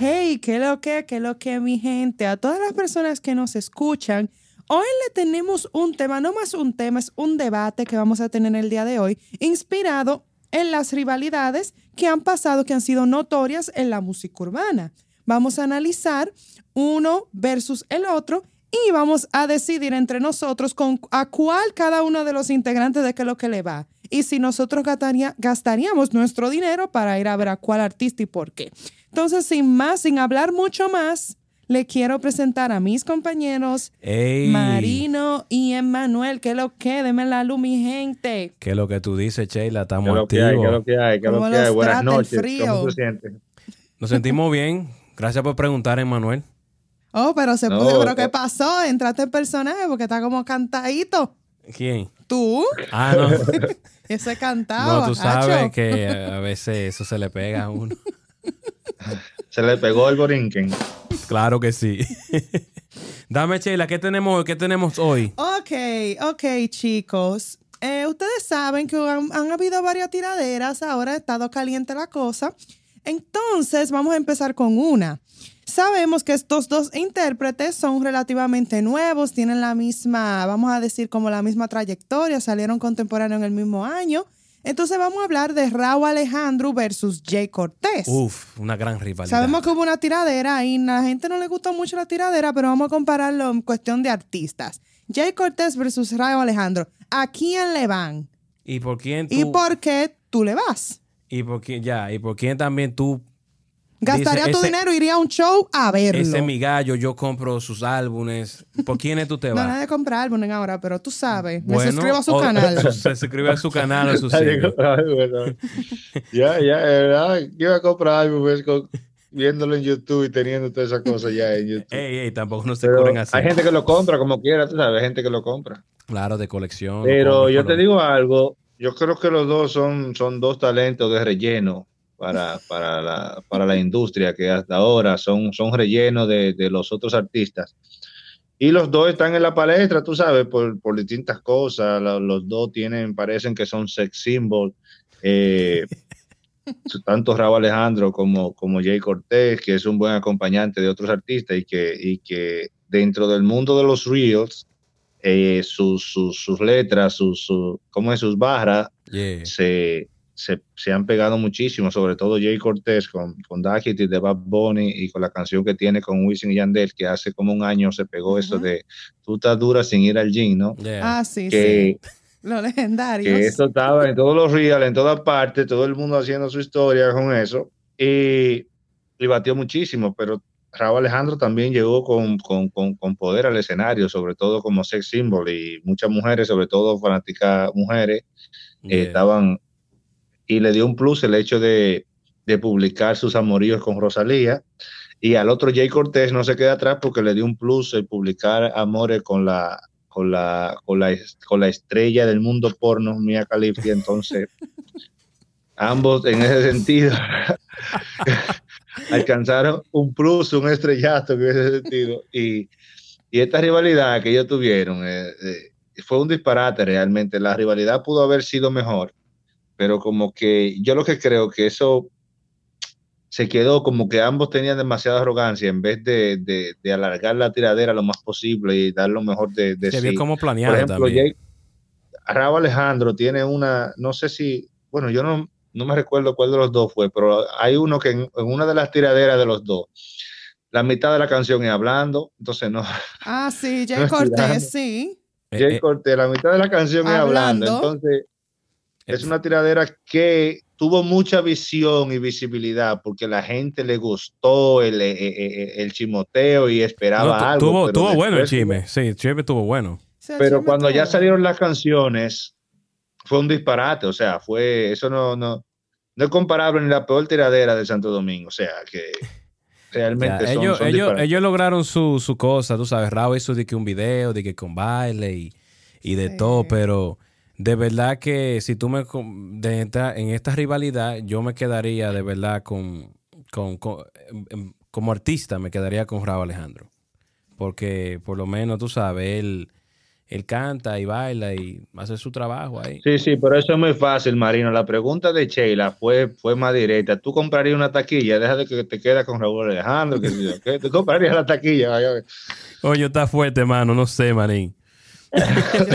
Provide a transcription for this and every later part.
Hey, qué lo que, qué lo que, mi gente. A todas las personas que nos escuchan, hoy le tenemos un tema, no más un tema, es un debate que vamos a tener el día de hoy, inspirado en las rivalidades que han pasado, que han sido notorias en la música urbana. Vamos a analizar uno versus el otro y vamos a decidir entre nosotros con, a cuál cada uno de los integrantes de qué es lo que le va. Y si nosotros gastaría- gastaríamos nuestro dinero para ir a ver a cuál artista y por qué. Entonces, sin más, sin hablar mucho más, le quiero presentar a mis compañeros Ey, Marino y Emmanuel. ¿Qué es lo que? Deme la luz, mi gente. ¿Qué es lo que tú dices, Sheila? ¿Qué es Estamos lo que hay? ¿Qué es lo activos. que hay? ¿Qué es lo ¿Cómo que hay? los Buenas trata el noches. frío? ¿Cómo se siente? Nos sentimos bien. Gracias por preguntar, Emanuel. Oh, pero se No, pudo. ¿Pero qué eh. pasó? Entraste en personaje porque está como cantadito. ¿Quién? ¿Tú? Ah, no. Ese cantaba. No, tú Hacho. sabes que a veces eso se le pega a uno. Se le pegó el borinquen. Claro que sí. Dame, Sheila, ¿qué tenemos hoy? ¿Qué tenemos hoy? Ok, ok, chicos. Eh, ustedes saben que han, han habido varias tiraderas, ahora ha estado caliente la cosa. Entonces, vamos a empezar con una. Sabemos que estos dos intérpretes son relativamente nuevos, tienen la misma, vamos a decir, como la misma trayectoria, salieron contemporáneos en el mismo año. Entonces, vamos a hablar de Raúl Alejandro versus Jay Cortés. Uf, una gran rivalidad. Sabemos que hubo una tiradera y a la gente no le gustó mucho la tiradera, pero vamos a compararlo en cuestión de artistas. Jay Cortés versus Rayo Alejandro. ¿A quién le van? ¿Y por quién tú? ¿Y por qué tú le vas? y por quién, ya, ¿y por quién también tú? Gastaría Dice, tu ese- dinero, iría a un show a verlo. Ese es mi gallo, yo compro sus álbumes. ¿Por quiénes tú te no, vas? nada de comprar álbumes ahora, pero tú sabes. Bueno, me suscribo a su o- canal. Se suscribe a su canal, a su Ay, sitio. bueno. Ya, ya, de verdad. Yo iba a comprar algo pues, con- viéndolo en YouTube y teniendo todas esas cosas ya en YouTube. Ey, ey, tampoco no Eh, se Pero curen así. hay gente que lo compra como quiera, tú sabes, hay gente que lo compra. Claro, de colección. lo Pero compras yo para- te digo algo, yo creo que los dos son, son dos talentos de relleno para, para, la, para la industria que hasta ahora son, son relleno de, de los otros artistas. Y los dos están en la palestra, tú sabes, por, por distintas cosas. Lo- Los dos tienen, parecen que son sex symbols. eh, tanto Raúl Alejandro como, como Jay Cortés, que es un buen acompañante de otros artistas y que, y que dentro del mundo de los reels, eh, sus, sus, sus letras, sus, sus, ¿cómo es? sus barras, Yeah. se, se, se han pegado muchísimo, sobre todo Jay Cortés con, con Daggett y de Bad Bunny y con la canción que tiene con Wisin y Yandel, que hace como un año se pegó eso Ujú. de tú estás dura sin ir al gym, ¿no? Yeah. ah, sí, Que, sí. Los que legendarios. eso estaba en todos los reels, en todas partes, todo el mundo haciendo su historia con eso. Y, y batió muchísimo, pero Raúl Alejandro también llegó con, con, con- con poder al escenario, sobre todo como sex symbol, y muchas mujeres, sobre todo fanáticas mujeres, eh, yeah. estaban. Y le dio un plus el hecho de, de publicar sus amoríos con Rosalía. Y al otro Jay Cortés no se queda atrás porque le dio un plus el publicar amores con la, con la, con la, es- con la estrella del mundo porno, Mia Khalifa. Entonces, ambos en ese sentido alcanzaron un plus, un estrellato en ese sentido. Y, y esta rivalidad que ellos tuvieron eh, eh, fue un disparate realmente. La rivalidad pudo haber sido mejor, pero como que yo lo que creo que eso se quedó como que ambos tenían demasiada arrogancia en vez de, de- de alargar la tiradera lo más posible y dar lo mejor de, de Se sí. vio como planeado Por ejemplo, también. Jake, Raúl Alejandro tiene una, no sé si, bueno, yo no, no me recuerdo cuál de los dos fue, pero hay uno que en, en una de las tiraderas de los dos, la mitad de la canción es hablando, entonces no, Ah, sí, Jay No, tirando. Cortés, sí. Eh, Jake eh, Cortés, la mitad de la canción Hablando. es hablando, entonces es eh, una tiradera que tuvo mucha visión y visibilidad porque la gente le gustó el, eh, eh, eh, el chimoteo y esperaba no, tu- algo. tuvo pero tuvo bueno el después- chisme. Sí, el chisme estuvo bueno. Se pero chisme cuando ya todo. salieron las canciones, fue un disparate, o sea, fue, eso no, no, no es comparable ni la peor tiradera de Santo Domingo, o sea, que realmente Ya, son, ellos, son ellos, disparates. ellos lograron su, su cosa, tú sabes. Raúl hizo de que un video, de que con baile y, y de Sí. todo, pero de verdad que si tú me. com- de esta- en esta rivalidad, yo me quedaría de verdad con. con- con- em, em, como artista, me quedaría con Raúl Alejandro. Porque por lo menos tú sabes, él. él canta y baila y hace su trabajo ahí. Sí, sí, pero eso es muy fácil, Marino. La pregunta de Sheila fue, fue más directa. ¿Tú comprarías una taquilla? Deja de que te quedas con Raúl Alejandro. Que, que ¿Tú comprarías la taquilla? Ay, ay. Oye, está fuerte, mano. No sé, Marín. Yo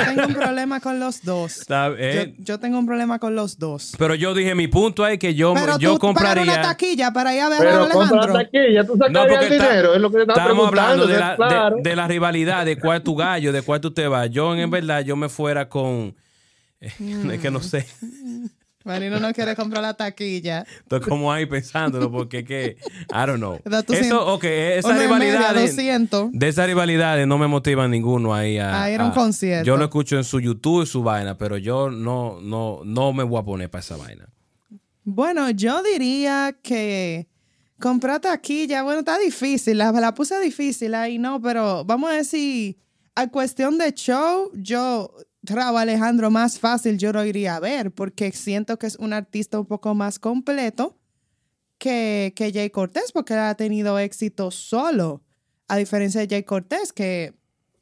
tengo un problema con los dos. Está- Yo, eh, yo tengo un problema con los dos. pero yo dije, mi punto es que yo, Pero yo tú compraría... una compraría... taquilla para ir a ver a Pero compra Alejandro. la taquilla, tú No, sacarías porque el está- dinero. Es lo que te estaba estamos preguntando. hablando de la, entonces, claro. de- de la rivalidad, de cuál tu gallo, de cuál tú te vas. Yo, en verdad, yo me fuera con... Es Mm. que no sé. Marino no quiere comprar la taquilla. Estoy como ahí pensándolo porque es que... I don't know. Da tu cien- Eso, ok, e-, esa Una y media, rivalidad... de- 200. De esas rivalidades no me motiva ninguno ahí a, A ir a Ah, un concierto. Yo lo escucho en su YouTube y su vaina, pero yo no, no, no me voy a poner para esa vaina. Bueno, yo diría que comprar taquilla, bueno, está difícil, la, la puse difícil ahí, no, pero vamos a decir, a cuestión de show, yo, Raúl Alejandro, más fácil yo lo iría a ver, porque siento que es un artista un poco más completo que, que Jay Cortés, porque él ha tenido éxito solo, a diferencia de Jay Cortés, que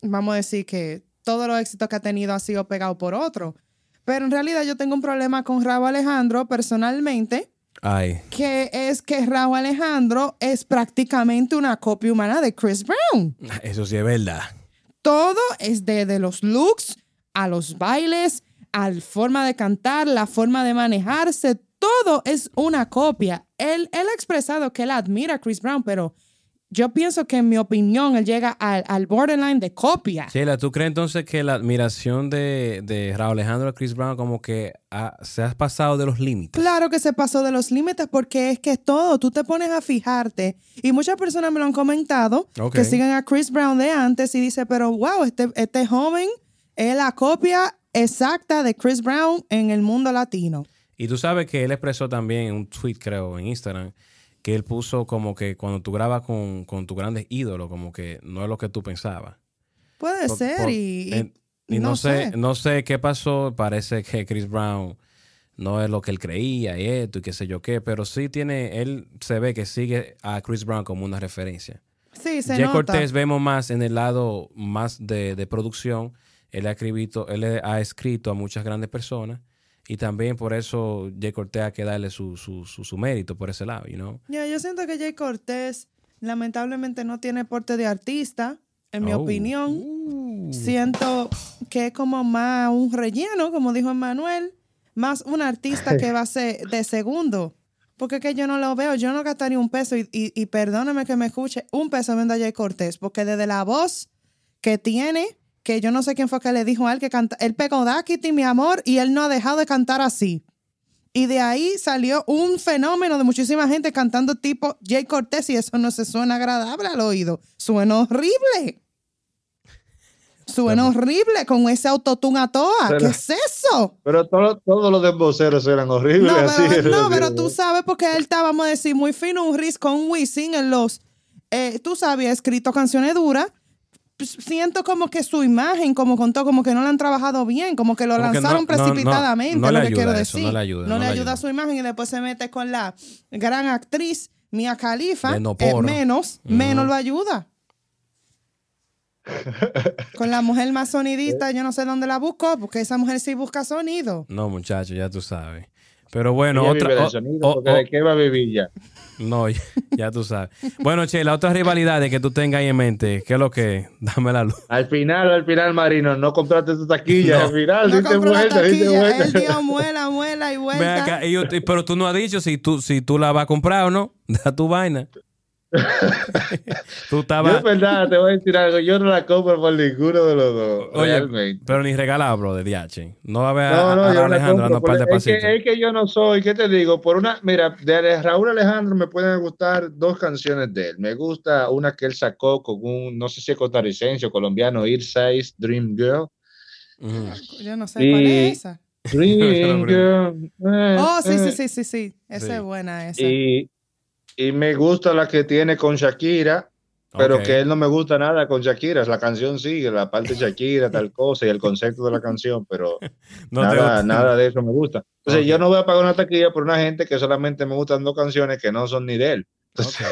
vamos a decir que todos los éxitos que ha tenido ha sido pegado por otro. Pero en realidad yo tengo un problema con Raúl Alejandro personalmente, Ay. que es que Raúl Alejandro es prácticamente una copia humana de Chris Brown. Eso sí es verdad. Todo es desde los looks, a los bailes, a la forma de cantar, la forma de manejarse, todo es una copia. Él, él ha expresado que él admira a Chris Brown, pero yo pienso que en mi opinión él llega al, al borderline de copia. Sheila, ¿tú crees entonces que la admiración de, de Raúl Alejandro a Chris Brown como que ha- se has pasado de los límites? Claro que se pasó de los límites porque es que todo, tú te pones a fijarte y muchas personas me lo han comentado Ok. que siguen a Chris Brown de antes y dice, pero wow, este, este joven es la copia exacta de Chris Brown en el mundo latino. Y tú sabes que él expresó también en un tweet, creo, en Instagram, que él puso como que cuando tú grabas con, con tus grandes ídolos, como que no es lo que tú pensabas. Puede Por- ser por- y, y- en- y no, sé, no sé qué pasó. Parece que Chris Brown no es lo que él creía y esto y qué sé yo qué, pero sí tiene, él se ve que sigue a Chris Brown como una referencia. Sí, se Jay nota. Cortés vemos más en el lado más de, de producción. Él ha, escrito, él ha escrito a muchas grandes personas y también por eso Jay Cortés hay que darle su, su, su, su mérito por ese lado, you know? Ya, yo siento que Jay Cortés lamentablemente no tiene porte de artista, en mi Oh. Uh. opinión. Siento que es como más un relleno, como dijo Emanuel, más un artista que va a ser de segundo. Porque es que yo no lo veo, yo no gastaría un peso y, y, y perdóname que me escuche, un peso vendo a Jay Cortés, porque desde la voz que tiene, que yo no sé quién fue que le dijo a él que canta, él pegó Daquiti, mi amor, y él no ha dejado de cantar así. Y de ahí salió un fenómeno de muchísima gente cantando tipo Jay Cortés y eso no se suena agradable al oído. Suena horrible. Suena horrible con ese autotune a toa. Pero- ¿Qué es eso? Pero todo- todos los desboceros eran horribles. No, así, pero, no, así, pero tú sabes porque él está, vamos a decir, muy fino, un risk con un Wisin en los... eh, tú sabes, ha escrito canciones duras. Pues, Siento como que su imagen, como contó, como que no la han trabajado bien, como que lo Como que lanzaron no- no- no- precipitadamente, no le lo que ayuda quiero eso, decir. no le ayuda, no le ayuda. a su imagen y después se mete con la gran actriz Mia Khalifa. De no eh, porno. menos, Ujú. menos lo ayuda. con la mujer más sonidista, yo no sé dónde la buscó, porque esa mujer sí busca sonido. No, muchacho, ya tú sabes. Pero bueno, Ella otra... vive del o- sonido, o- porque o- ¿de qué va a vivir ya? No, ya, ya tú sabes. Bueno, Che, la otra rivalidad de que tú tengas ahí en mente, ¿qué es lo que? es? Dame la luz. Al final, al final, Marino, no compraste tu taquilla. Al final, No diste compró la vuelta, diste taquilla, él vuelta. dio muela, muela y Ven vuelta. acá, y yo- y- pero tú no has dicho si tú, si tú la vas a comprar o no. Da tu vaina. tú Yo, estabas. en verdad, te voy a decir algo. Yo no la compro por ninguno de los dos. Oye, realmente. pero ni regalado, bro, de DH. No va a ver a, No, no, a yo no la Alejandro dando compro. un par de porque Es pasitos. que, es que yo no soy, ¿qué te digo? Por una, mira, de Raúl Alejandro me pueden gustar dos canciones de él. Me gusta una que él sacó con un, no sé si es costarricense o colombiano, Irsize, Dream Girl. Ujú. Yo no sé cuál Y- es esa. Dream Girl. eh, Oh, sí, sí, eh. sí, sí, sí. Esa Sí. es buena, esa. Y, y me gusta la que tiene con Shakira, pero Ok. que él no me gusta nada con Shakira. La canción sigue, la parte de Shakira, tal cosa, y el concepto de la canción, pero No te nada, gusta. nada de eso me gusta. Entonces, Ok. yo no voy a pagar una taquilla por una gente que solamente me gustan dos canciones que no son ni de él. Entonces,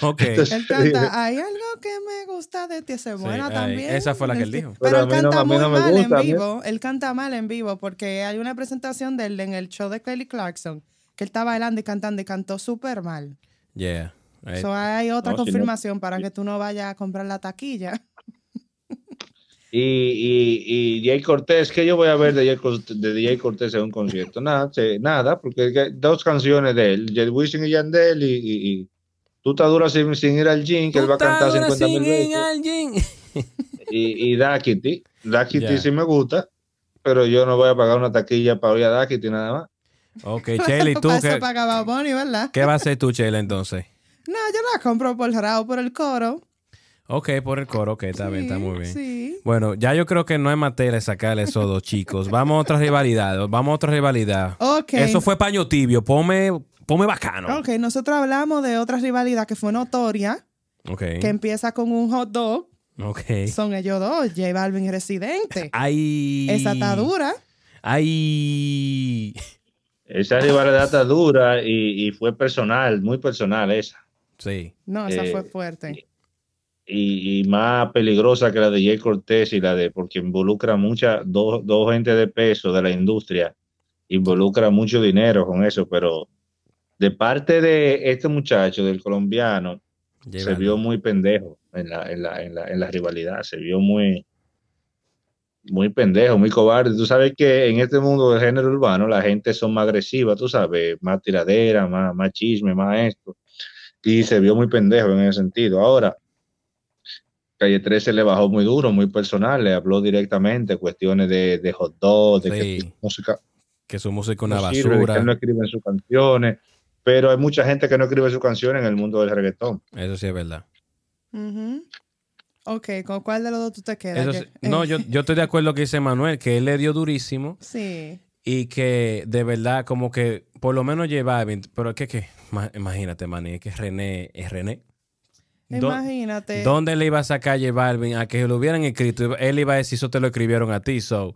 Ok. Entonces, Él canta, hay algo que me gusta de ti, ese buena ahí. también. Este, Esa fue la que él dijo. Pero, Pero a él mí no- canta a mí muy no me mal gusta, a en mí- vivo. Él canta mal en vivo porque hay una presentación de él en el show de Kelly Clarkson que él estaba bailando y cantando y cantó súper mal. yeah. Ahí- So, hay otra No, si no- confirmación para que tú no vayas a comprar la taquilla. y, y, y Jay Cortés, que yo voy a ver de Jay, Cort- de Jay Cortés en un concierto? Nada, se- nada, porque es que dos canciones de él, Jay Wisin y Yandel, y, y- y tú estás dura sin, sin ir al gym, que él va a cantar 50 mil veces. y, y Dakiti. Dakiti Ya. sí me gusta, pero yo no voy a pagar una taquilla para oír a Dakiti nada más. Ok, Shelly, ¿tú Para eso qué, pagaba Bad Bunny, ¿verdad? qué vas a hacer tú, Shelly, entonces? No, yo la compro por Raúl, por el coro. Ok, por el coro, ok, está bien, está Sí, muy bien. Sí. Bueno, ya yo creo que no hay materia de sacarle esos dos chicos. Vamos a otra rivalidad, vamos a otra rivalidad. Ok. Eso fue paño tibio, ponme, ponme bacano. Ok, nosotros hablamos de otra rivalidad que fue notoria, Ok, que empieza con un hot dog. ok. Son ellos dos, J Balvin y Residente. Ay. Esa está dura. Ay. Esa rivalidad está dura y, y fue personal, muy personal esa. Sí. No, esa Eh, fue fuerte. Y, y más peligrosa que la de Jay Cortés y la de, porque involucra mucha, dos dos gente de peso de la industria, involucra mucho dinero con eso, pero de parte de este muchacho, del colombiano, se Llévalo. vio muy pendejo en la, en la, en la, en la rivalidad, se vio muy, muy pendejo, muy cobarde. Tú sabes que en este mundo del género urbano la gente son más agresiva, tú sabes, más tiradera, más, más chisme, más esto. Y se vio muy pendejo en ese sentido. Ahora, Calle 13 le bajó muy duro, muy personal, le habló directamente cuestiones de, de hot dog, de que Sí. tu música Que su música es una no sirve, de que basura. él no escribe sus canciones. Pero hay mucha gente que no escribe sus canciones en el mundo del reggaetón. Eso sí es verdad. Ujú. Ok, ¿con cuál de los dos tú te quedas? Eso Yo- sí- No, eh, yo, yo estoy de acuerdo que dice Manuel, que él le dio durísimo Sí. y que de verdad, como que por lo menos lleva 20. Pero es que, que, ma- imagínate, Manny, es que René es René. Do- Imagínate. ¿Dónde le iba a sacar J Balvin? A que lo hubieran escrito. Él iba a decir, eso te lo escribieron a ti. So,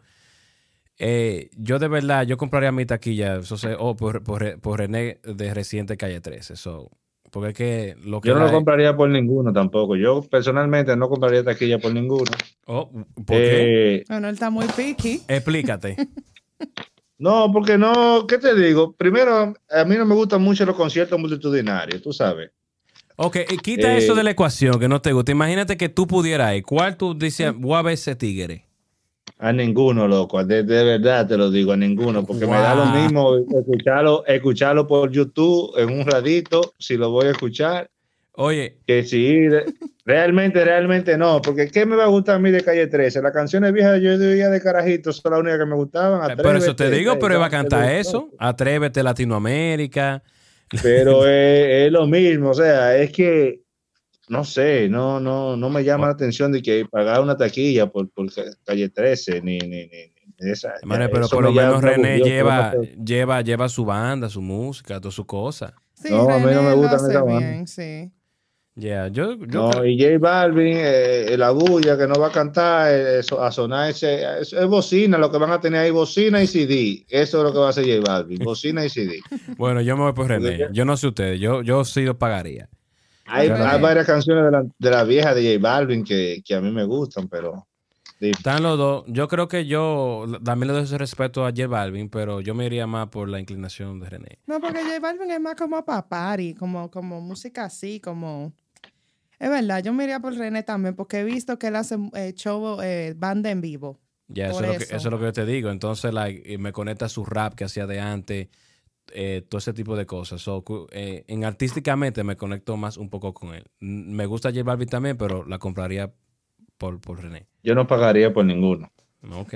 eh, yo de verdad, yo compraría mi taquilla eso se- oh, por, por- por René de Residente Calle 13. So, porque es que lo que... Yo no la- lo compraría por ninguno tampoco. Yo personalmente no compraría taquilla por ninguno. Oh, ¿por qué? Eh, Bueno, él está muy picky. Explícate. No, porque no, ¿qué te digo? Primero, a mí no me gustan mucho los conciertos multitudinarios, tú sabes. Ok, y quita Eh, eso de la ecuación que no te gusta. Imagínate que tú pudieras ir. ¿Cuál tú dices, voy a ver ese tigre? A ninguno, loco. De, de verdad te lo digo, a ninguno. Porque me da lo Guau. mismo escucharlo, escucharlo por YouTube en un ratito, si lo voy a escuchar, Oye, eh, que si ir. Realmente, realmente no. Porque ¿qué me va a gustar a mí de Calle 13? Las canciones viejas yo oía de carajitos son las únicas que me gustaban. por eso te Atrévete, digo, pero él va a cantar Atrévete, eso. Atrévete Latinoamérica. Pero es, es lo mismo, o sea, es que no sé, no, no, no me llama la atención de que pagar una taquilla por, por ca- calle 13, ni, ni, ni, ni esa. Manuel, ya, pero eso por lo me llama menos René aburrido, lleva, pero no sé. lleva, lleva su banda, su música, todas sus cosas. Sí, No, a mí no René me lo gustan hace esas bandas. bien, sí. Ya, yo, yo No, creo- y J Balvin, eh, eh, la bulla que no va a cantar, eh, eso- a sonar ese, es, es bocina, lo que van a tener ahí, bocina y CD. Eso es lo que va a hacer J Balvin, bocina y CD. bueno, yo me voy por René. Porque- Yo no sé ustedes, yo, yo sí lo pagaría. Hay, Claro. hay varias canciones de la, de la vieja de J Balvin que, que a mí me gustan, pero Están los dos. Yo creo que yo también le doy ese respeto a J Balvin, pero yo me iría más por la inclinación de René. No, porque J Balvin es más como para party, como, como música así, como... Es verdad, yo me iría por René también, porque he visto que él hace eh, show, eh, banda en vivo. Ya, eso, Por es lo que, eso. eso es lo que yo te digo. Entonces, like, eh, me conecta a su rap que hacía de antes, eh, todo ese tipo de cosas. So, cu- eh, en artísticamente me conecto más un poco con él. N- Me gusta J Balvin también, pero la compraría por, por René. yo no pagaría por ninguno. Ok.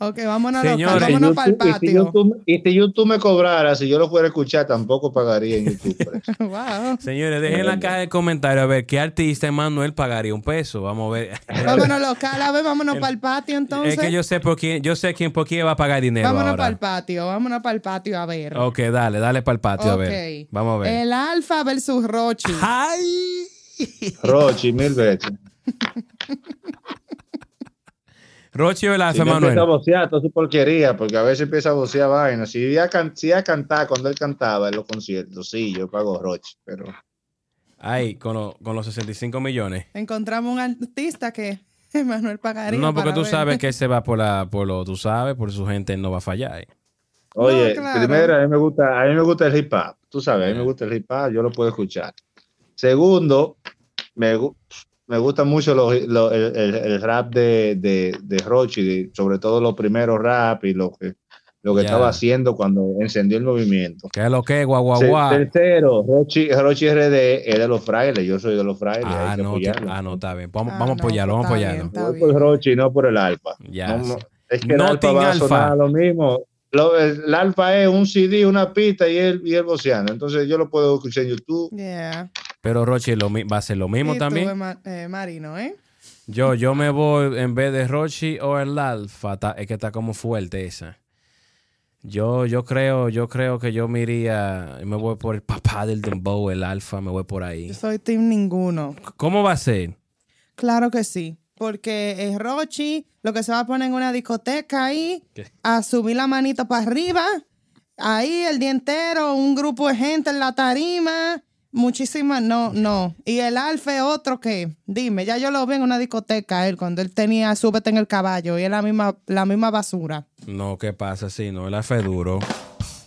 Ok, vámonos, Señores, a Si los, vámonos para el Este YouTube- y si patio. YouTube- Y si YouTube me cobrara, si yo lo fuera a escuchar, tampoco pagaría en YouTube. por eso. wow. Señores, dejen en la caja de comentarios a ver qué artista Manuel pagaría un peso. Vamos a ver. Vámonos local, a ver, vámonos El- para el patio entonces. es que yo sé por quién, yo sé quién por quién va a pagar dinero vámonos para el ahora. patio, vámonos para el patio a ver. Ok, dale, dale para el patio a ver. Ok. Vamos a ver. El Alfa versus Rochi. ¡Ay! Rochi, mil veces. Rochi o el Si Alfa no Manuel. empieza a vocear, toda su porquería, porque a veces empieza a vocear vaina. Si iba a, can- si iba a cantar cuando él cantaba en los conciertos, sí, yo pago Rochi, pero Ahí, con, lo- con los 65 millones. Encontramos un artista que Manuel pagaría. No, porque para tú ver. sabes que él se va por la, por lo, tú sabes, por su gente él no va a fallar. eh. Oye, No, claro. primero, a mí, me gusta, a mí me gusta el hip hop. Tú sabes, a mí me gusta el hip hop, yo lo puedo escuchar. Segundo, me, gu- me gusta mucho lo- lo- el, el- el rap de, de, de Rochi, de- sobre todo los primeros rap y lo que, lo que Ya. estaba haciendo cuando encendió el movimiento. ¿Qué es lo que, guau, guau, Se- guau? Tercero, Rochi, Rochi RD es de los frailes, yo soy de los frailes. Ah, hay que no, que- apoyarlo. ah, no, está bien. Vamos, Ah, vamos a no, apoyarlo, vamos a está bien, apoyarlo. está Voy por bien. Rochi, no por el Alfa. Ya. No, sí. no, es que el No alfa Team va a Alfa. sonar lo mismo. Lo- el, el alfa es un CD, una pista y el, y el boceano. Entonces yo lo puedo escuchar en YouTube. Yeah. Pero Rochi lo mi- va a ser lo mismo Y tú, también. Ma- eh, Marino, ¿eh? Yo, yo me voy en vez de Rochi o el Alfa, ta- es que está como fuerte esa. Yo, yo creo, yo creo que yo me iría, me voy por el papá del Dembow, el Alfa, me voy por ahí. Yo soy team ninguno. ¿Cómo va a ser? Claro que sí. Porque es Rochi, lo que se va a poner en una discoteca ahí, ¿Qué? a subir la manita para arriba, ahí el día entero, un grupo de gente en la tarima, muchísimas, no, no. Y el Alfe, otro que, dime, ya yo lo vi en una discoteca, él, cuando él tenía Súbete en el caballo, y es la misma, la misma basura. No, ¿qué pasa? Sí, no, el Alfa es duro.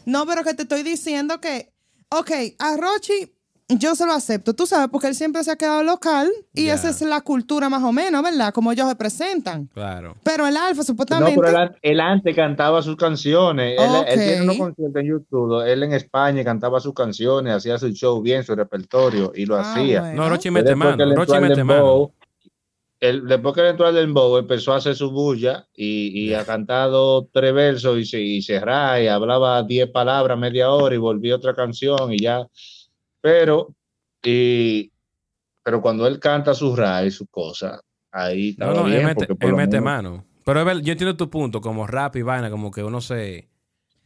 No, pero que te estoy diciendo que, ok, a Rochi yo se lo acepto, tú sabes, porque él siempre se ha quedado local y Ya. esa es la cultura más o menos, ¿verdad? Como ellos se presentan. Claro. Pero el alfa No, supuestamente... pero él, an- él antes cantaba sus canciones. Él, él Ok. tiene unos conciertos en YouTube. Él en España cantaba sus canciones, hacía su show bien, su repertorio y lo Ah, hacía. bueno. No, Rochi Pero mete después que mano, él entró Rochi al mete mano. dembow, él- después que él entró al dembow, empezó a hacer su bulla y, y ha cantado tres versos y, se, y cerrá, y hablaba diez palabras, media hora y volvió otra canción y ya. Pero, y, pero cuando él canta su rap y su cosa, ahí No, estaba no, bien. él mete, porque por él lo mete menos- mano. Pero es ver- yo entiendo tu punto, como rap y vaina, como que uno se...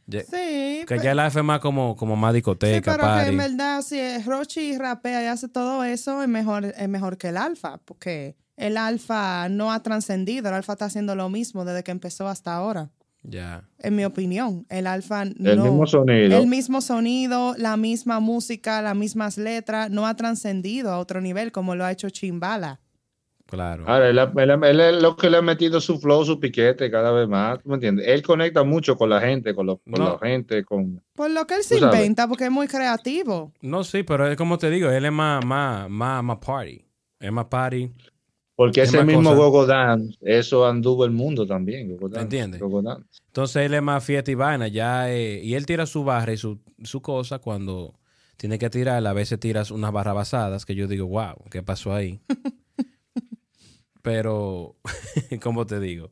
ya- Sí, eh, que pe- ya el Alfa es más como, como más sí, discoteca, pero que party. en verdad si es Rochi rapea y hace todo eso es mejor, es mejor que el alfa, porque el alfa no ha trascendido, el alfa está haciendo lo mismo desde que empezó hasta ahora, Ya. en mi opinión. El alfa El no... mismo sonido. El mismo sonido, la misma música, las mismas letras, no ha trascendido a otro nivel como lo ha hecho Chimbala. Claro. Ahora, él, ha- él ha- él es lo que le ha metido su flow, su piquete cada vez más, ¿tú me entiendes? Él conecta mucho con la gente, con, los- con No. la gente, con... Por lo que él se Tú sabes. inventa, porque es muy creativo. No, sí, pero es como te digo, él es más, más, más, más party. Es más party. Porque Es ese más mismo cosa. Gogo Dance, eso anduvo el mundo también. Gogo Dance, ¿Entiendes? Gogo Dance. Entonces él es más fiesta y vaina. Ya, eh, y él tira su barra y su, su cosa cuando tiene que tirarla. A veces tiras unas barra basadas que yo digo, wow, ¿qué pasó ahí? pero, como te digo,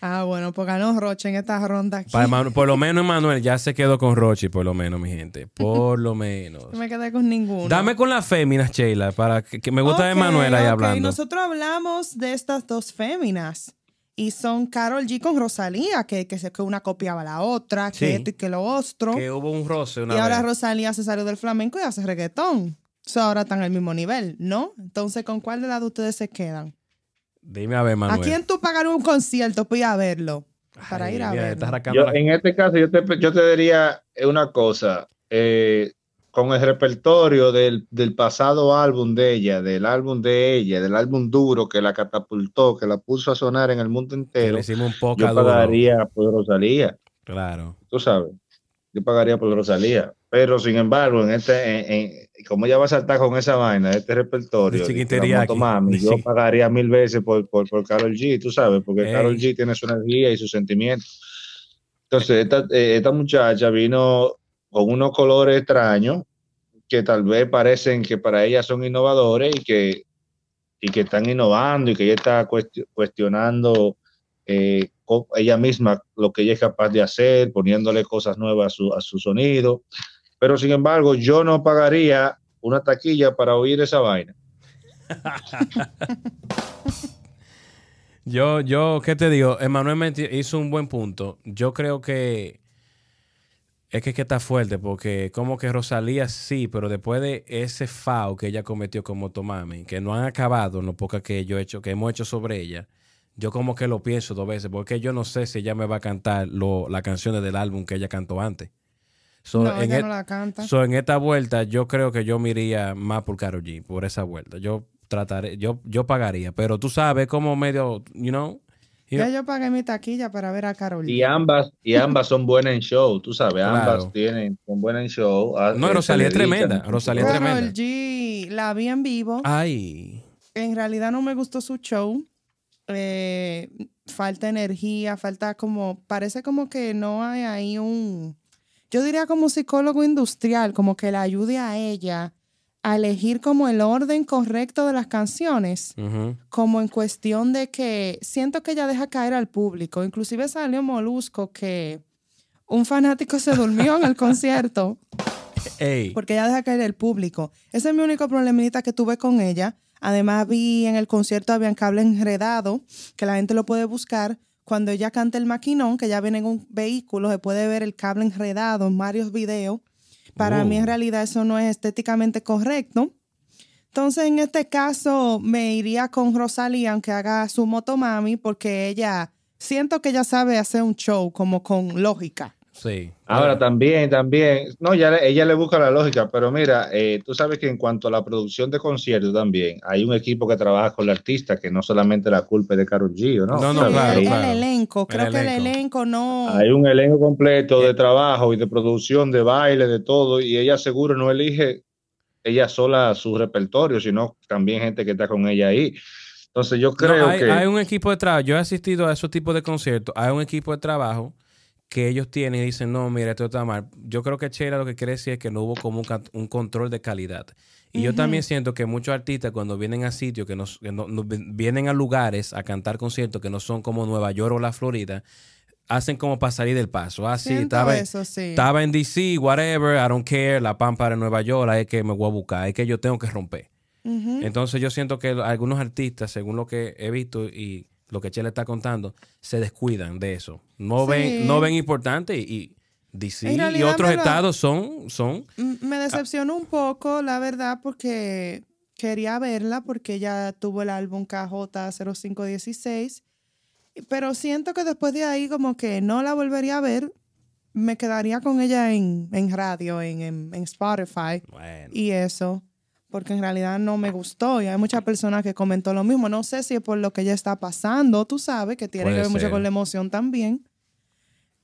Ah, bueno, pues ganó Roche en esta ronda aquí. Pa' Emanu- por lo menos Manuel ya se quedó con Rochi, por lo menos, mi gente. Por lo menos. No me quedé con ninguno. Dame con las féminas, Sheila, para que, que me gusta de Ok, Manuel ahí ok. hablando. Nosotros hablamos de estas dos féminas. Y son Carol G con Rosalía, que, que, se- que una copiaba a la otra, que Sí. esto y que lo otro. Que hubo un roce una Y ahora vez. Rosalía se salió del flamenco y hace reggaetón. So, ahora están al mismo nivel, ¿no? Entonces, ¿con cuál de las de ustedes se quedan? Dime a ver, Manuel. ¿A quién tú pagarías un concierto para ir a verlo? para ir a mira, verlo? estás arrancando Yo, la- en este caso, yo te, yo te diría una cosa. eh, con el repertorio del, del pasado álbum de ella, del álbum de ella, del álbum duro que la catapultó, que la puso a sonar en el mundo que entero, le hicimos un poco yo pagaría por Rosalía. Claro. tú sabes. Yo pagaría por Rosalía. Pero sin embargo, en este, en- en- como ella va a saltar con esa vaina, este repertorio, Ni y que chiquitería la moto aquí. mami, Ni yo chiqui- pagaría mil veces por, por, por Karol G, tú sabes, porque Ey. Carol G tiene su energía y sus sentimientos. Entonces, esta, eh, esta muchacha vino con unos colores extraños que tal vez parecen que para ella son innovadores y que, y que están innovando y que ella está cuestio- cuestionando eh, co- ella misma lo que ella es capaz de hacer, poniéndole cosas nuevas a su, a su sonido. Pero sin embargo, yo no pagaría una taquilla para oír esa vaina. Yo, yo, ¿qué te digo? Emanuel me enti- hizo un buen punto. Yo creo que es que, es que está fuerte, porque como que Rosalía sí, pero después de ese FAO que ella cometió con Motomami, que no han acabado en lo poca que yo he hecho, que hemos hecho sobre ella, yo como que lo pienso dos veces, porque yo no sé si ella me va a cantar lo- las canciones del álbum que ella cantó antes. So, no, en ella e- no la canta. so, en esta vuelta, yo creo que yo me iría más por Karol G, por esa vuelta. Yo trataré, yo, yo pagaría, pero tú sabes como medio, you know. you ya know, yo pagué mi taquilla para ver a Carolina. Y ambas, y ambas son buenas en show, tú sabes, ambas Claro. tienen, son buenas en show. Ah, No, Rosalía es tremenda, Rosalía es Karol tremenda. G, la vi en vivo. Ay, En realidad no me gustó su show. Eh, falta energía, falta como, parece como que no hay ahí un, yo diría como un psicólogo industrial, como que la ayude a ella a elegir como el orden correcto de las canciones. ujú. como en cuestión de que siento que ella deja caer al público. Inclusive salió Molusco que un fanático se durmió en el concierto Ey, porque ella deja caer al público. Ese es mi único problemita que tuve con ella. Además vi en el concierto habían cable enredado que la gente lo puede buscar. Cuando ella canta el maquinón, que ya viene en un vehículo, se puede ver el cable enredado en varios videos. Para Uh. mí en realidad eso no es estéticamente correcto. Entonces, en este caso, me iría con Rosalía, aunque haga su motomami, porque ella, siento que ella sabe hacer un show como con lógica. sí. Ahora también, también, no, ya le- ella le busca la lógica, pero mira, eh, tú sabes que en cuanto a la producción de conciertos también, hay un equipo que trabaja con la artista, que no solamente la culpa es de Karol G, ¿o ¿no? No, no, Sí, Sabes, claro, el, hay- el claro. elenco, creo que el elenco. elenco no... Hay un elenco completo Eh. de trabajo y de producción, de baile, de todo, y ella seguro no elige ella sola su repertorio, sino también gente que está con ella ahí. Entonces yo No, creo hay, que... hay un equipo de trabajo. Yo he asistido a esos tipos de conciertos. Hay un equipo de trabajo que ellos tienen y dicen, no, mira, esto está mal. Yo creo que Chela lo que quiere decir es que no hubo como un, ca- un control de calidad. Y yo Ujú. también siento que muchos artistas cuando vienen a sitios, que, nos, que no- no- vienen a lugares a cantar conciertos que no son como Nueva York o la Florida, hacen como para salir del paso. Así, siento estaba, en- eso, sí. estaba en DC, whatever, I don't care, la pampa de Nueva York, la es que me voy a buscar, es que yo tengo que romper. Ujú. Entonces yo siento que algunos artistas, según lo que he visto y lo que Chela está contando, se descuidan de eso. No Sí. ven, no ven importante y, y DC En y realidad otros me lo- estados son, son. M- Mm, Me decepcionó un poco, la verdad, porque quería verla, porque ella tuvo el álbum KJ0516, pero siento que después de ahí como que no la volvería a ver, me quedaría con ella en, en radio, en, en- en Spotify Bueno, y eso, porque en realidad no me gustó y hay muchas personas que comentó lo mismo, no sé si es por lo que ella está pasando, tú sabes, que tiene Puede que ver mucho ser. con la emoción también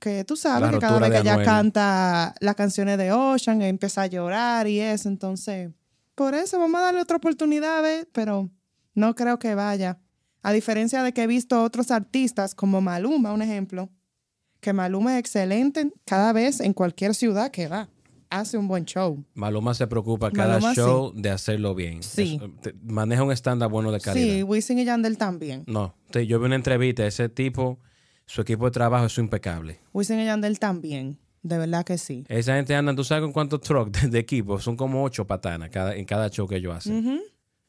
que tú sabes La que cada rotura vez que de ella Anuel. canta las canciones de Ocean, empieza a llorar y eso, entonces, por eso vamos a darle otra oportunidad, ¿ves? pero no creo que vaya. A diferencia de que he visto otros artistas como Maluma, un ejemplo, que Maluma es excelente cada vez en cualquier ciudad que va. Hace un buen show. Maluma se preocupa cada Maluma, show de hacerlo bien. Sí. Es- te- maneja un estándar bueno de calidad. Sí, Wisin y Yandel también. No, te- yo vi una entrevista, ese tipo, su equipo de trabajo es impecable. Wisin y Yandel también. De verdad que sí. Esa gente anda, tú sabes con cuántos trucks de, de equipo, son como ocho patanas cada, en cada show que ellos hacen. Ujú.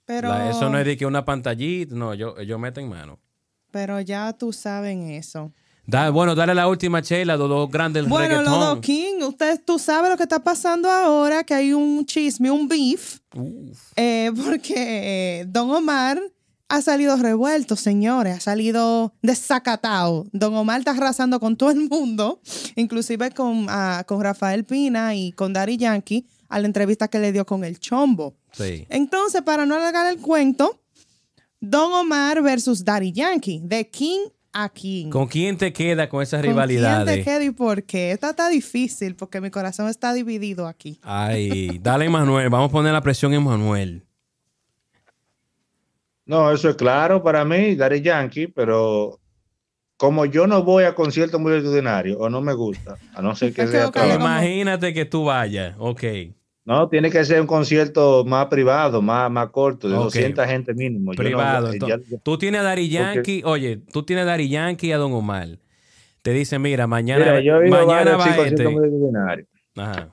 Pero, La- eso no es de que una pantallita, no, ellos, ellos meten mano. pero ya tú saben eso. Da- bueno, dale la última, Sheila, los dos grandes del Bueno, reggaetón. Lodo King, usted, tú sabes lo que está pasando ahora, que hay un chisme, un beef, Uf, eh, porque eh, Don Omar ha salido revuelto, señores, ha salido desacatado. Don Omar está arrasando con todo el mundo, inclusive con, ah, con Rafael Pina y con Daddy Yankee, a la entrevista que le dio con el Chombo. sí. Entonces, para no alargar el cuento, Don Omar versus Daddy Yankee, de King a King. ¿Con quién te queda con esas ¿Con rivalidades? ¿Quién te queda y por qué? Esta está difícil porque mi corazón está dividido aquí. Ay, dale, Manuel. Vamos a poner la presión en Manuel. No, eso es claro para mí, Daddy Yankee, pero como yo no voy a conciertos multitudinarios o no me gusta, a no ser que Es que sea Oca- Claro. trabajo. Imagínate que tú vayas. Ok. No, tiene que ser un concierto más privado, más, más corto, de Ok. 200 gente mínimo. Yo no Privado. voy- entonces. ya- tú tienes a Dari Yankee. Oye, tú tienes a Dari Yankee y a Don Omar. Te dicen, mira, mañana, Mira, yo he ido a mañana varios sí, va conciertos este. multitudinarios. Ajá.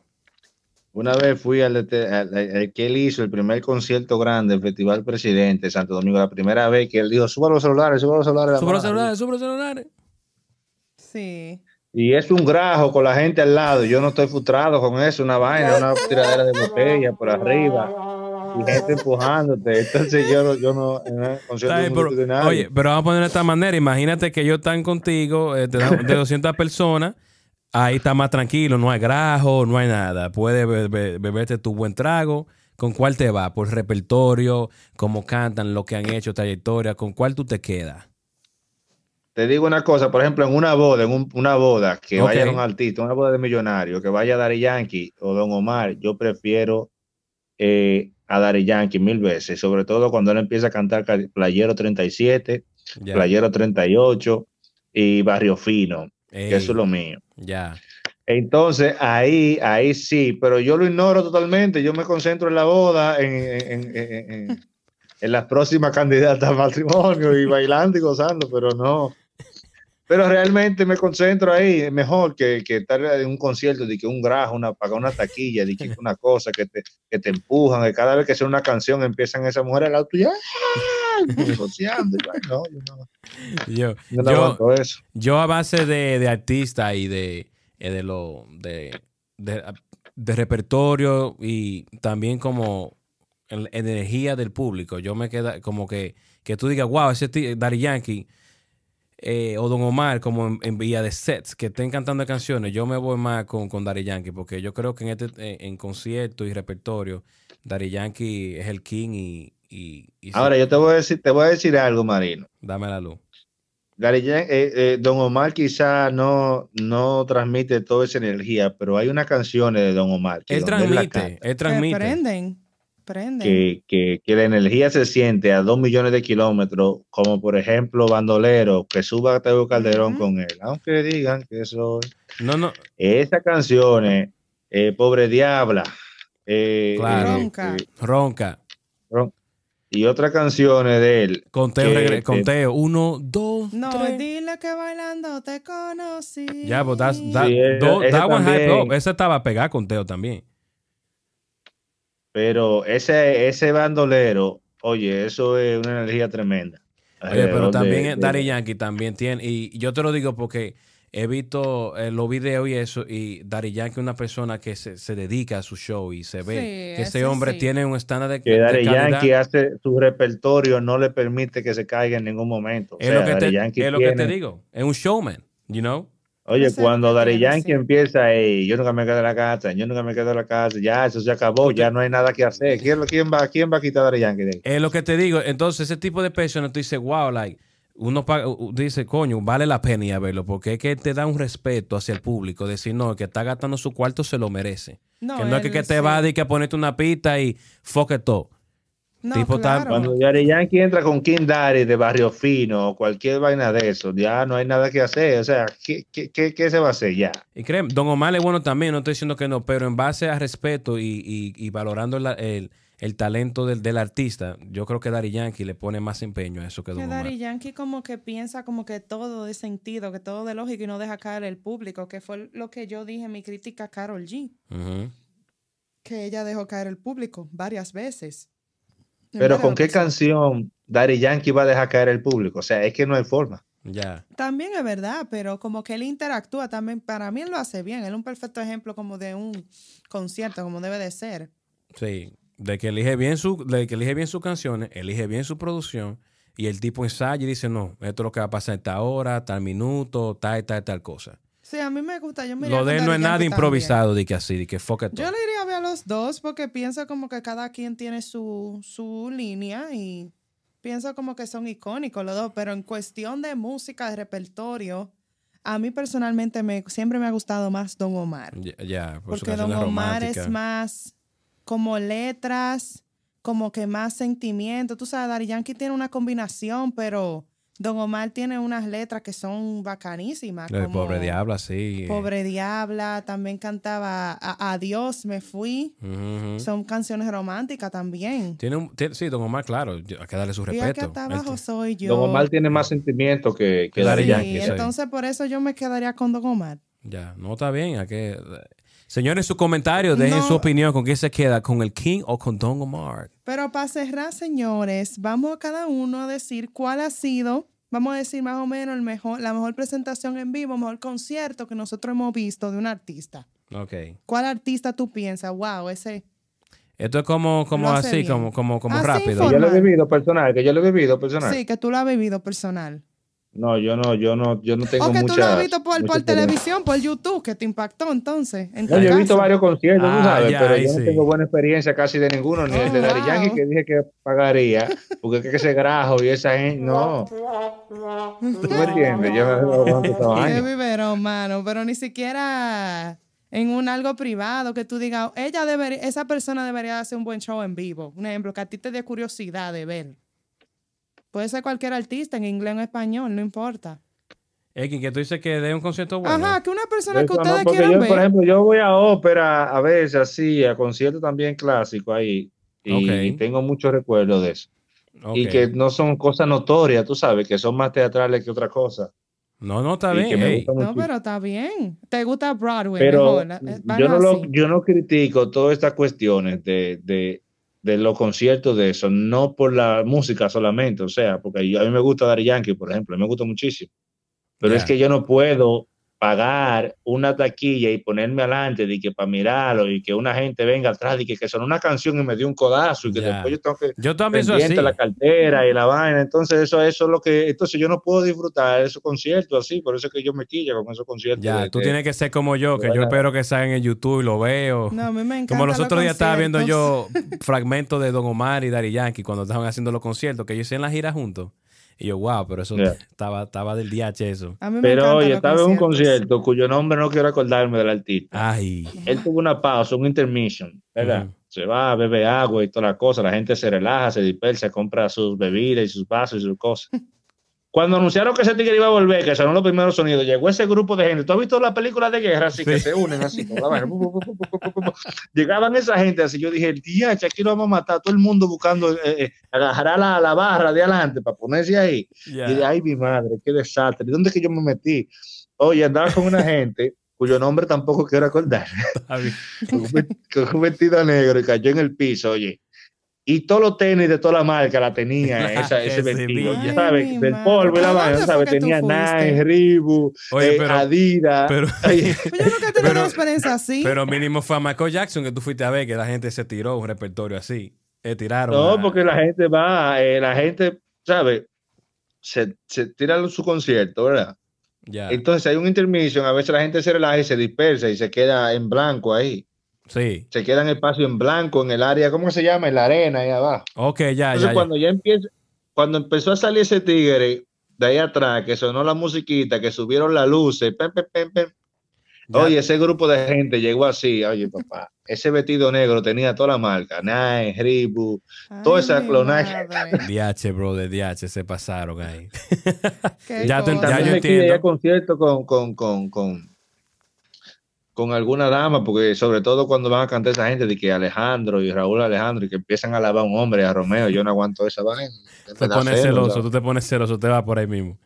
Una vez fui al, de te- al- al- al que él hizo, el primer concierto grande, el Festival Presidente, Santo Domingo, la primera vez que él dijo, suba los celulares, suba los celulares. a la Subo los mano". celulares, subo los celulares. Sí. Y es un grajo con la gente al lado. Yo no estoy frustrado con eso, una vaina, una tiradera de botella por arriba. Y gente empujándote. Entonces yo no, yo no, en el concierto Está bien, pero- multitudinario. oye, pero vamos a poner de esta manera. Imagínate que ellos están contigo, eh, te dan de 200 personas. Ahí está más tranquilo, no hay grajo, no hay nada. Puedes be- be- beberte tu buen trago. ¿Con cuál te va? ¿Por repertorio? ¿Cómo cantan? ¿Lo que han hecho? ¿Trayectoria? ¿Con cuál tú te quedas? Te digo una cosa, por ejemplo, en una boda, en un- una boda que Ok. vaya un artista, una boda de millonario, que vaya Daddy Yankee o Don Omar, yo prefiero eh, a Daddy Yankee mil veces, sobre todo cuando él empieza a cantar ca- Playero 37, Ya. Playero 38 y Barrio Fino, Ey, que eso es lo mío. Ya. Entonces, ahí, ahí sí, pero yo lo ignoro totalmente, yo me concentro en la boda, en, en- en- en- en- en las próximas candidatas al matrimonio y bailando y gozando, pero no. Pero realmente me concentro ahí, es mejor que, que estar en un concierto, de que un grajo, una, pagar una taquilla, de que una cosa que te, que te empujan, que cada vez que suena una canción empiezan esas mujeres al lado tuyo, ¡ah! Negociando, y vaina, no, yo no, Yo, yo no Yo- aguanto eso. yo a base de, de artista y de, eh, de lo de, de- de repertorio y también como en- energía del público. Yo me queda como que, que tú digas, wow, ese ti- Daddy Yankee eh, o Don Omar como en, en vía de sets que estén cantando canciones. Yo me voy más con, con Daddy Yankee porque yo creo que en este eh, en concierto y repertorio Daddy Yankee es el king y, y- y sí, Ahora, yo te voy a decir, te voy a decir algo, Marino. dame la luz. Daddy Yan- eh, eh, Don Omar quizá no, no transmite toda esa energía, pero hay unas canciones de Don Omar que, Él donde él la transmite, canta, él Que transmite. prenden, prenden. que, que- que la energía se siente a dos millones de kilómetros, como por ejemplo Bandolero, que suba a Teo Calderón Ujú. con él, aunque digan que soy. No, no, Esas canciones, eh, Pobre Diabla, eh, Claro. eh, Bronca. eh, ronca. y otras canciones de él. Conteo, que- regre- que- conteo. Uno, dos, No, tres. dile que bailando te conocí. Ya, pues that's- that, Sí, esa- do- esa that one hype también. up. Esa estaba pegada conteo también. Pero ese, ese bandolero, oye, eso es una energía tremenda. Oye, pero Alrededor de- también de- Daddy Yankee también tiene. Y yo te lo digo porque he visto eh, los videos y eso. Y Daddy Yankee es una persona que se, se dedica a su show y se ve Sí, que ese ese hombre sí. tiene un estándar de, que de Daddy calidad. Yankee hace su repertorio, no le permite que se caiga en ningún momento. O Es, sea, lo que Daddy te, Yankee es lo que te tiene- digo. Es un showman, you know. Oye, Eso es lo cuando que Daddy tiene, Yankee sí. empieza, "Ey, yo nunca me quedo en la casa, yo nunca me quedo en la casa, ya eso se acabó, ya no hay nada que hacer. ¿Quién, lo- quién va, quién va a quitar a Daddy Yankee de ahí? Es lo que te digo. Entonces, ese tipo de personas, tú dices, wow, like, uno paga- u- u- dice, coño, vale la pena ir a verlo, porque es que te da un respeto hacia el público. Decir, no, el que está gastando su cuarto se lo merece. que no es que, él que te sí. va a decir que ponerte una pista y fuck it todo. No, tipo tan- claro. Cuando Daddy Yankee entra con King Daddy de Barrio Fino o cualquier vaina de eso, ya no hay nada que hacer. O sea, ¿qué, qué, qué- qué se va a hacer ya? Y créeme, Don Omar es bueno también, no estoy diciendo que no, pero en base a respeto y, y- y valorando la- el, el talento del, del artista, yo creo que Dari Yankee le pone más empeño a eso que Don Que Omar. Daddy Yankee como que piensa como que todo de sentido, que todo de lógico y no deja caer el público, que fue lo que yo dije en mi crítica a Carol G, Ujú. que ella dejó caer el público varias veces. En Pero varias ¿con qué ocasiones. canción Daddy Yankee va a dejar caer el público? O sea, es que no hay forma. Ya. También es verdad, pero como que él interactúa también, para mí él lo hace bien, él es un perfecto ejemplo como de un concierto, como debe de ser. Sí, de que elige bien su, de que elige bien sus canciones, elige bien su producción y el tipo ensaya y dice, no, esto es lo que va a pasar a tal hora, tal minuto, tal, tal, tal cosa. Sí, a mí me gusta, yo me iría lo de con él no Daddy es nada Yankee también. improvisado, de que así, de que fuck it Yo all. le iría a ver a los dos porque pienso como que cada quien tiene su, su línea y pienso como que son icónicos los dos, pero en cuestión de música, de repertorio, a mí personalmente me, siempre me ha gustado más Don Omar. Ya, ya, por su porque Don canción Omar pues romántica. es más como letras, como que más sentimiento. Tú sabes, Daddy Yankee tiene una combinación, pero Don Omar tiene unas letras que son bacanísimas. El como pobre diablo, sí. Pobre Diabla, también cantaba A- Adiós, me fui. Ujú, ujú. Son canciones románticas también. Tiene un, tiene- sí, Don Omar, claro, yo- hay que darle su Fíjate que respeto. hasta Él abajo ti- soy yo. Don Omar tiene más sentimiento que, que Daddy Daddy Sí, Yankee. sí. entonces por eso yo me quedaría con Don Omar. ya, no está bien. Hay que... Señores, sus comentarios, dejen No. su opinión con quién se queda, con el King o con Don Omar. Pero para cerrar, señores, vamos a cada uno a decir cuál ha sido, vamos a decir más o menos el mejor, la mejor presentación en vivo, mejor concierto que nosotros hemos visto de un artista. Ok. ¿Cuál artista tú piensas? Wow, ese. Esto es como, como Lo hace así, bien. Ah, como, como, como Así rápido. informa. Que yo lo he vivido personal, que yo lo he vivido personal. Sí, que tú lo has vivido personal. No, yo no, yo no, yo no tengo o que tú lo mucha- has visto por, mucha por experiencia. televisión, por YouTube, que te impactó entonces. en tu No, yo he caso. visto varios conciertos, tú Ah, sabes, ya, pero ahí yo no sí. tengo buena experiencia casi de ninguno, ni el de Oh, Dari Yankee wow. que dije que pagaría, porque es que ese grajo y esa gente, no. ¿Tú me entiendes? Yo me veo cuánto estaba Qué años. viverón, mano. Pero ni siquiera en un algo privado que tú digas, ella debería, esa persona debería hacer un buen show en vivo. Un ejemplo, que a ti te dé curiosidad de ver. Puede ser cualquier artista, en inglés o en español, no importa. X, que tú dices que dé un concierto bueno. Ajá, que una persona que Eso no, ustedes porque quieran yo, ver. por ejemplo, yo voy a ópera a veces así, a conciertos también clásicos ahí, y Ok. tengo muchos recuerdos de eso. Ok. Y que no son cosas notorias, tú sabes, que son más teatrales que otra cosa. No, no, está y que bien. me ey. gusta no, muchísimo. pero pero está bien. Te gusta Broadway, mejor. eh, van mm, yo, no lo- así. yo no critico todas estas cuestiones de, de, de los conciertos de eso, no por la música solamente, o sea, porque yo- a mí me gusta Daddy Yankee, por ejemplo, a mí me gusta muchísimo. Pero Ya. es que yo no puedo pagar una taquilla y ponerme adelante de que para mirarlo y que una gente venga atrás de que, que son una canción y me dio un codazo y que Ya. después yo tengo que Yo también soy así. pendiente la cartera y la vaina. Entonces, eso, eso es lo que. Entonces, yo no puedo disfrutar de esos conciertos así. Por eso es que yo me quilla con esos conciertos. Ya, de- tú de- tienes que ser como yo, que yo Bueno. espero que salgan en YouTube y lo veo. No, a mí me encanta. Como los otros días estaba viendo yo fragmentos de Don Omar y Dari Yankee cuando estaban haciendo los conciertos, que ellos hacían la gira juntos. Y yo, wow, pero eso Ya. estaba, estaba del DH eso. Pero oye, estaba en un concierto cuyo nombre no quiero acordarme del artista. Ay. Él tuvo una pausa, un intermission, ¿verdad? Ujú. Se va, bebe agua y toda la cosa. La gente se relaja, se dispersa, compra sus bebidas y sus vasos y sus cosas. Cuando anunciaron que ese tigre iba a volver, que son los primeros sonidos, llegó ese grupo de gente. ¿Tú has visto las películas de guerra? Así que Sí. se unen así. como la vaina, pu, pu, pu, pu, pu, pu, pu, pu. Llegaban esa gente así. Yo dije, el día, aquí lo vamos a matar. Todo el mundo buscando, eh, eh, agarrar la, la barra de adelante para ponerse ahí. Ya. Y de, ay, mi madre, qué desastre. ¿Dónde es que yo me metí? Oye, andaba con una gente cuyo nombre tampoco quiero acordar, Está bien. con un ve- con un vestido negro y cayó en el piso, oye. Y todos los tenis de toda la marca la tenía, esa, Que ese se vestido, villa. ya sabes, Ay, mi del madre. polvo y ¿A la vaina, dónde ya ¿sabes? fue que tú Tenía fuiste? Nike, Reebok, Oye, eh, pero- Adidas. Pero, Oye, Pues Yo nunca he tenido Pero- una experiencia así. pero mínimo fue a Michael Jackson que tú fuiste a ver que la gente se tiró un repertorio así. Eh, tiraron. No, a- porque la gente va, eh, la gente, ¿sabes? Se, se tira su concierto, ¿verdad? Ya. Entonces hay un intermission, a veces la gente se relaja y se dispersa y se queda en blanco ahí. Sí. se queda en espacio en blanco, en el área, ¿cómo que se llama? En la arena, ahí abajo. Ok, Ah, ya, Entonces, ya. ya. cuando ya empieza, cuando empezó a salir ese tigre de ahí atrás, que sonó la musiquita, que subieron las luces, pem, pem, pem, pem. Ya. oye, ese grupo de gente llegó así, oye, papá, ese vestido negro tenía toda la marca, Nike, Reebok, Ay, toda esa mi clonaje. madre, DH, bro, de DH se pasaron ahí. qué Ya te- cosa. ya También yo me quedé entiendo. a concierto con, con, con, con, con alguna dama, porque sobre todo cuando van a cantar esa gente de que Alejandro y Raúl Alejandro y que empiezan a alabar a un hombre, a Romeo, yo no aguanto esa vaina. Te Me da pones celo, celoso, ¿sabes? tú te pones celoso, te vas por ahí mismo.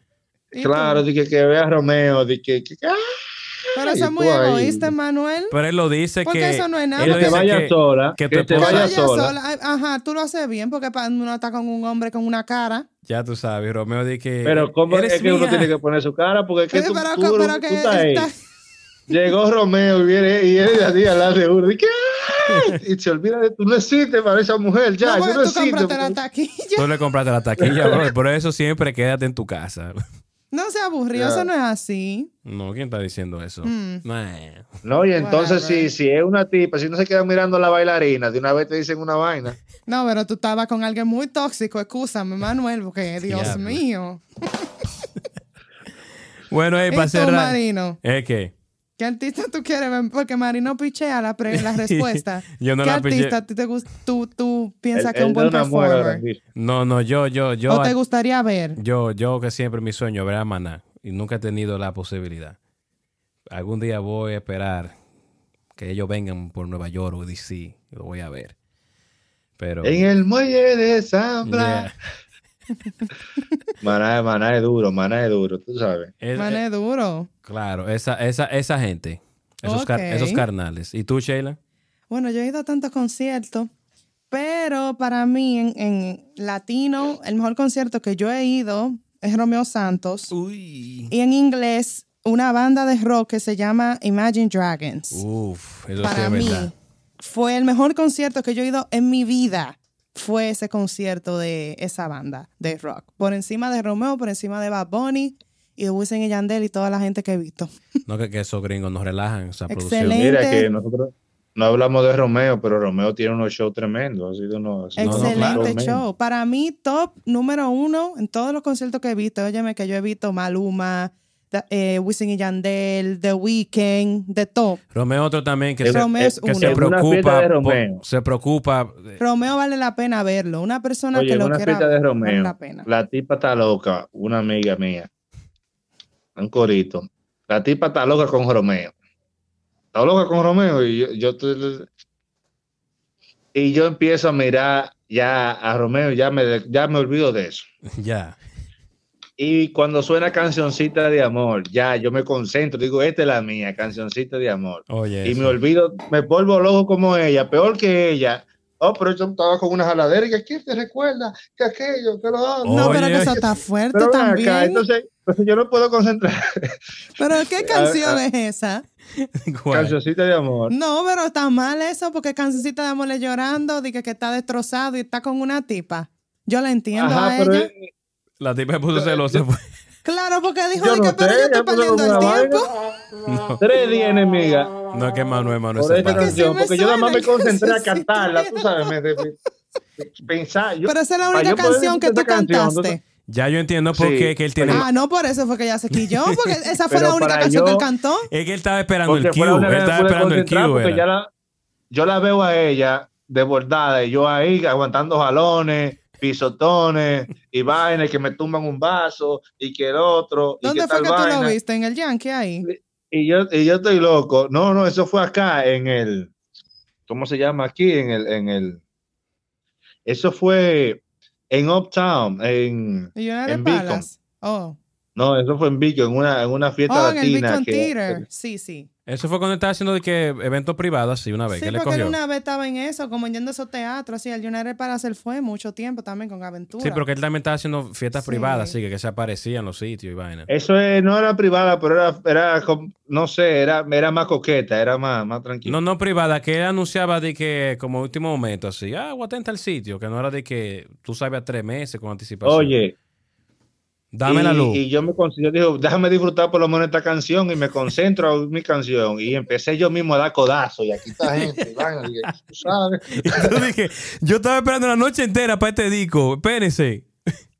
¿Y tú? Claro, de que, que vea a Romeo, de que, que- que- ah, Pero y eso es muy tú ahí. egoísta, Manuel. Pero él lo dice Porque que. eso no es nada. él lo Que que te dice vaya que- sola, que que, tu te esposa- vaya Vaya sola. sola. Ay, Ajá, tú lo haces bien porque pa- uno está con un hombre con una cara. Ya tú sabes, Romeo dice que. Pero cómo Eh, "Eres es que uno mía". tiene que poner su cara, porque es que Pero, tú, Eh, pero- tú- pero tú que estás ahí. está- Llegó Romeo y viene y él así al lado de uno, de que, "Ah", y se olvida de tú no existe para esa mujer, no, ya, yo porque no tú existe. compraste la taquilla. Tú le compraste la taquilla, bro. Por eso siempre quédate en tu casa. No se aburrió, Ya. eso no es así. No, ¿quién está diciendo eso? Mm. Nah. No, y entonces Whatever. si, si es una tipa, si no se queda mirando a la bailarina, de una vez te dicen una vaina. No, pero tú estabas con alguien muy tóxico, excúsame, Manuel, porque Dios Diablo. mío. Bueno, eh, ¿Y para tú, cerrar. Marino? Es que ¿Qué artista tú quieres ver? Porque Marino pichea la, pre- la respuesta. yo no ¿Qué la pillé. artista a ti te gust- tú, tú piensas Él- que es un él buen da una mueca performer? grandísima. No, no, yo, yo, yo. ¿O te gustaría ver? Yo, yo que siempre mi sueño ver a Maná y nunca he tenido la posibilidad. Algún día voy a esperar que ellos vengan por Nueva York o DC, lo voy a ver. Pero En el muelle de San Blas. Yeah. Maná, maná es duro, maná es duro, tú sabes. Es- Man, eh, es duro. claro, esa, esa, esa gente, esos, car- Ok. esos carnales. ¿Y tú, Sheila? Bueno, yo he ido a tantos conciertos, pero para mí en, en latino, el mejor concierto que yo he ido es Romeo Santos. Uh. Uy. Y en inglés, una banda de rock que se llama Imagine Dragons. Uf, eso sí para es mí verdad. fue el mejor concierto que yo he ido en mi vida. fue ese concierto de esa banda de rock. Por encima de Romeo, por encima de Bad Bunny y de Wisin y Yandel y toda la gente que he visto. No, que, que esos gringos nos relajan esa Excelente. producción. Mira que nosotros no hablamos de Romeo, pero Romeo tiene unos shows tremendos. Ha sido uno- ha sido uno- Excelente claro, men. show. Para mí, top número uno en todos los conciertos que he visto. Óyeme, que yo he visto Maluma, da- eh, Wisin y Yandel, The Weeknd, de top. Romeo otro también que Es- se, Romeo es que uno. se En una preocupa, fiesta de po- Romeo. se preocupa eh, Romeo vale la pena verlo. Una persona Oye, que en lo una quiera fiesta de ver, vale Romeo, la pena. la tipa está loca, una amiga mía, un corito. La tipa está loca con Romeo. Está loca con Romeo y yo, yo estoy- y yo empiezo a mirar ya a Romeo, ya me, ya me olvido de eso. ya. Y cuando suena cancioncita de amor, ya yo me concentro, digo, esta es la mía, cancioncita de amor. Oye, Y eso. me olvido, me vuelvo loco como ella, peor que ella. Oh, pero yo estaba con una jaladera y que ¿quién te recuerda? Que aquello, que lo otro. No, pero Oye. que eso está fuerte Pero ven acá, también. entonces, eh, entonces yo no puedo concentrar. Pero ¿qué canción es esa? ¿Cuál? Cancioncita de amor. No, pero está mal eso porque cancioncita de amor llorando, de que, que está destrozado y está con una tipa. Yo la entiendo a Ajá, ella. pero eh, La tipa se puso celosa. pues. Claro, porque dijo yo de que no pero yo sé, estoy ella puso perdiendo como el una tiempo. vaina. No, Tres días enemiga no es que Manuel, Manuel por se esta pasa. Porque sí canción, me porque yo nada más me suena, concentré a sí, sí, cantarla, sí. tú sabes, me, de- pensar. yo- Pero esa es la para única Ah, yo poder canción que tú escuchar esa canción, cantaste. Ya yo entiendo por Sí, qué que él tiene. Ah, no, por eso fue que ella se quilló, porque esa fue Pero la única para canción que yo- él cantó. Es que él estaba esperando Porque el fue la cue. única Él que me estaba pude esperando el concentrar cue. porque ya era. la- yo la veo a ella desbordada y yo ahí aguantando jalones, pisotones y vainas que me tumban un vaso y que el otro y ¿Dónde que fue tal que tú lo vaina. viste? ¿En el Yankee ahí? Y yo, y yo estoy loco. No, no, eso fue acá en el, ¿cómo se llama aquí? En el, en el, eso fue en Uptown, en, ¿Y una de En Beacon. palas? Oh, no, eso fue en Vico, en una, en una fiesta oh en el latina. Beacon que- Theater. Sí, sí. Eso fue cuando él estaba haciendo de que evento privado así una vez. Sí, que le porque él cogió. una vez estaba en eso, como yendo a esos teatros, sí, el United Palace él fue mucho tiempo también con Aventura. Sí, pero que él también estaba haciendo fiestas Sí. privadas, así que, que se aparecía en los sitios y vaina. Eso es- no era privada, pero era, era com- no sé, era, era más coqueta, era más, más tranquila. No, no privada, que él anunciaba de que como último momento, así, ah, atenta al sitio, que no era de que tú sabes a tres meses con anticipación. Oye, dame y, la luz. y yo me con- yo digo, déjame disfrutar por lo menos esta canción y me concentro a oír mi canción. Y empecé yo mismo a dar codazo y aquí está gente, y van, y tú sabes, yo dije, yo estaba esperando la noche entera para este disco, espérense.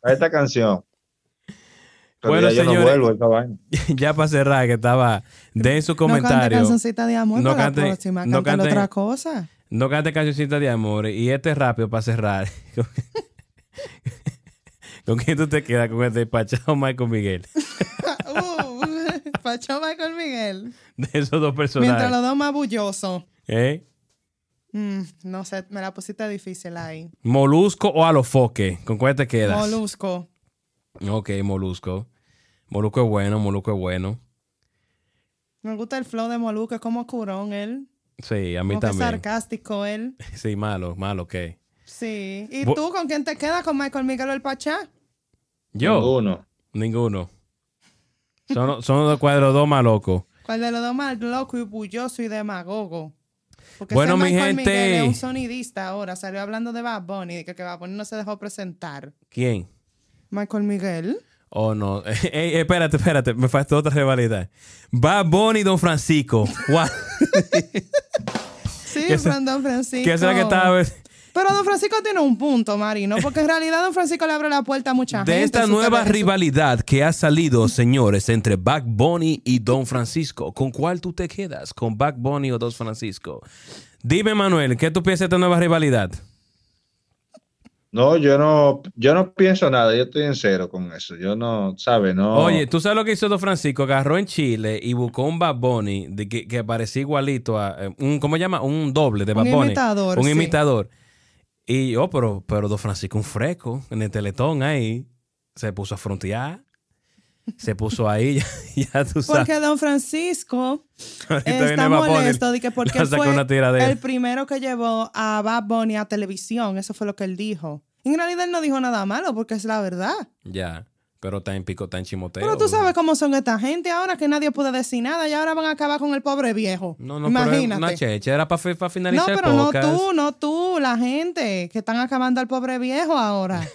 a esta canción. Pero Bueno, ya yo no señores. vuelvo a esa vaina. ya para cerrar, que estaba, den sus No cante comentarios. cancioncita de amor No para cante- la próxima, no cántale cante- otra cosa. No cante cancioncita de amor. Y este es rápido para cerrar. ¿Con quién tú te quedas? ¿Con el despachado Michael Miguel? uh, Pacho Michael Miguel. De esos dos Mientras personajes. los dos más bullosos. ¿Eh? Mm, no sé, me la pusiste difícil ahí. ¿Molusco o alofoque? ¿Con cuál te quedas? Molusco. ok, molusco. Molusco es bueno, molusco es bueno. Me gusta el flow de Molusco, es como curón él. Sí, a mí Como que también. sarcástico él. Sí, malo, malo, ok. Sí. ¿Y Bu- tú con quién te quedas? ¿Con Michael Miguel o el Pachá? Yo, ninguno. Ninguno. Son, son los cuadros dos más locos. ¿Cuál de los dos más loco y bulloso y demagogo? Porque Bueno, ese mi Michael gente. Miguel es un sonidista ahora. Salió hablando de Bad Bunny, de que, que Bad Bunny no se dejó presentar. ¿Quién? Michael Miguel. Oh, no. Ey, espérate, espérate. Me faltó otra rivalidad. Bad Bunny y Don Francisco. What? Sí, ¿Qué se- Brandon Francisco. ¿Qué será que estaba? Pero Don Francisco tiene un punto, Marino, porque en realidad Don Francisco le abre la puerta a mucha gente. De esta en su nueva carrera, en su- rivalidad que ha salido, señores, entre Back Bunny y Don Francisco, ¿con cuál tú te quedas? ¿Con Back Bunny o Don Francisco? Dime, Manuel, ¿qué tú piensas de esta nueva rivalidad? No, yo no, yo no pienso nada, yo estoy en cero con eso. Yo no, ¿sabes? Oh. No. Oye, ¿tú sabes lo que hizo Don Francisco? Agarró en Chile y buscó un Bad Bunny de que, que parecía igualito a... eh, Un, ¿Cómo se llama? Un doble de Un Bad Bunny. imitador, Un sí. imitador. Y, oh, pero, pero Don Francisco un fresco en el teletón ahí. Se puso a frontear. Se puso ahí, ya, ya tú sabes. Porque Don Francisco Ahorita está viene Bad Bunny. molesto de que porque Le él saca fue una tiradera. el primero que llevó a Bad Bunny a televisión. Eso fue lo que él dijo. En realidad él no dijo nada malo porque es la verdad. Ya. Pero tan pico, tan chimoteo. Pero tú sabes cómo son esta gente ahora que nadie puede decir nada y ahora van a acabar con el pobre viejo. No, no, pero es Imagínate. una checha. Era para no, finalizar pero el no podcast. tú, no tú, la gente que están acabando al pobre viejo ahora.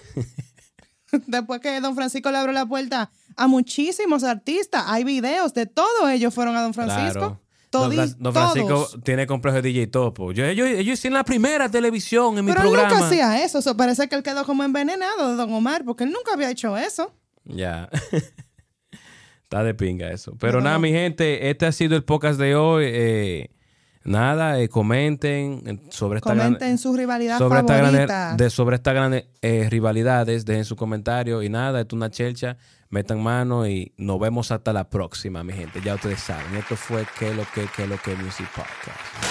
Después que don Francisco le abrió la puerta a muchísimos artistas, hay videos de todos ellos fueron a don Francisco. Claro. Don, Todi- Fra- Don Francisco todos. tiene complejo de DJ Topo. Yo, yo, yo hice en la primera televisión en mi Pero programa. él nunca hacía eso. eso. Parece que él quedó como envenenado de Don Omar, porque él nunca había hecho eso. Ya. Está de pinga eso. Pero Ajá. nada, mi gente, este ha sido el podcast de hoy. Eh, nada, eh, comenten eh, sobre esta gran- Comenten su rivalidad sobre esta favorita. gran, er- de sobre estas grandes eh, rivalidades, dejen su comentario y nada, esto es una chelcha, metan mano y nos vemos hasta la próxima, mi gente. Ya ustedes saben, esto fue que lo que que lo que Music Podcast.